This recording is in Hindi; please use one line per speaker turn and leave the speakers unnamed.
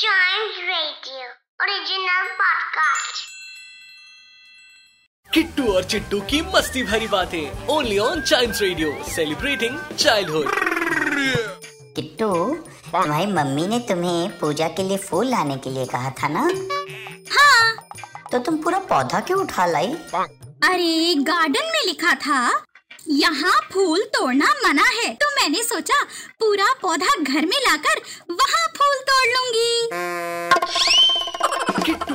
Giant Radio, original podcast.
Kittu और चिट्टू की मस्ती भरी बातें only on child radio celebrating childhood
Kittu तुम्हारी मम्मी ने तुम्हें पूजा के लिए फूल लाने के लिए कहा था ना हाँ तो तुम पूरा पौधा क्यों उठा लाई
अरे गार्डन में लिखा था यहाँ फूल तोड़ना मना है तो मैंने सोचा पूरा पौधा घर में लाकर वहाँ फूल तोड़ लूंगी
किट्टू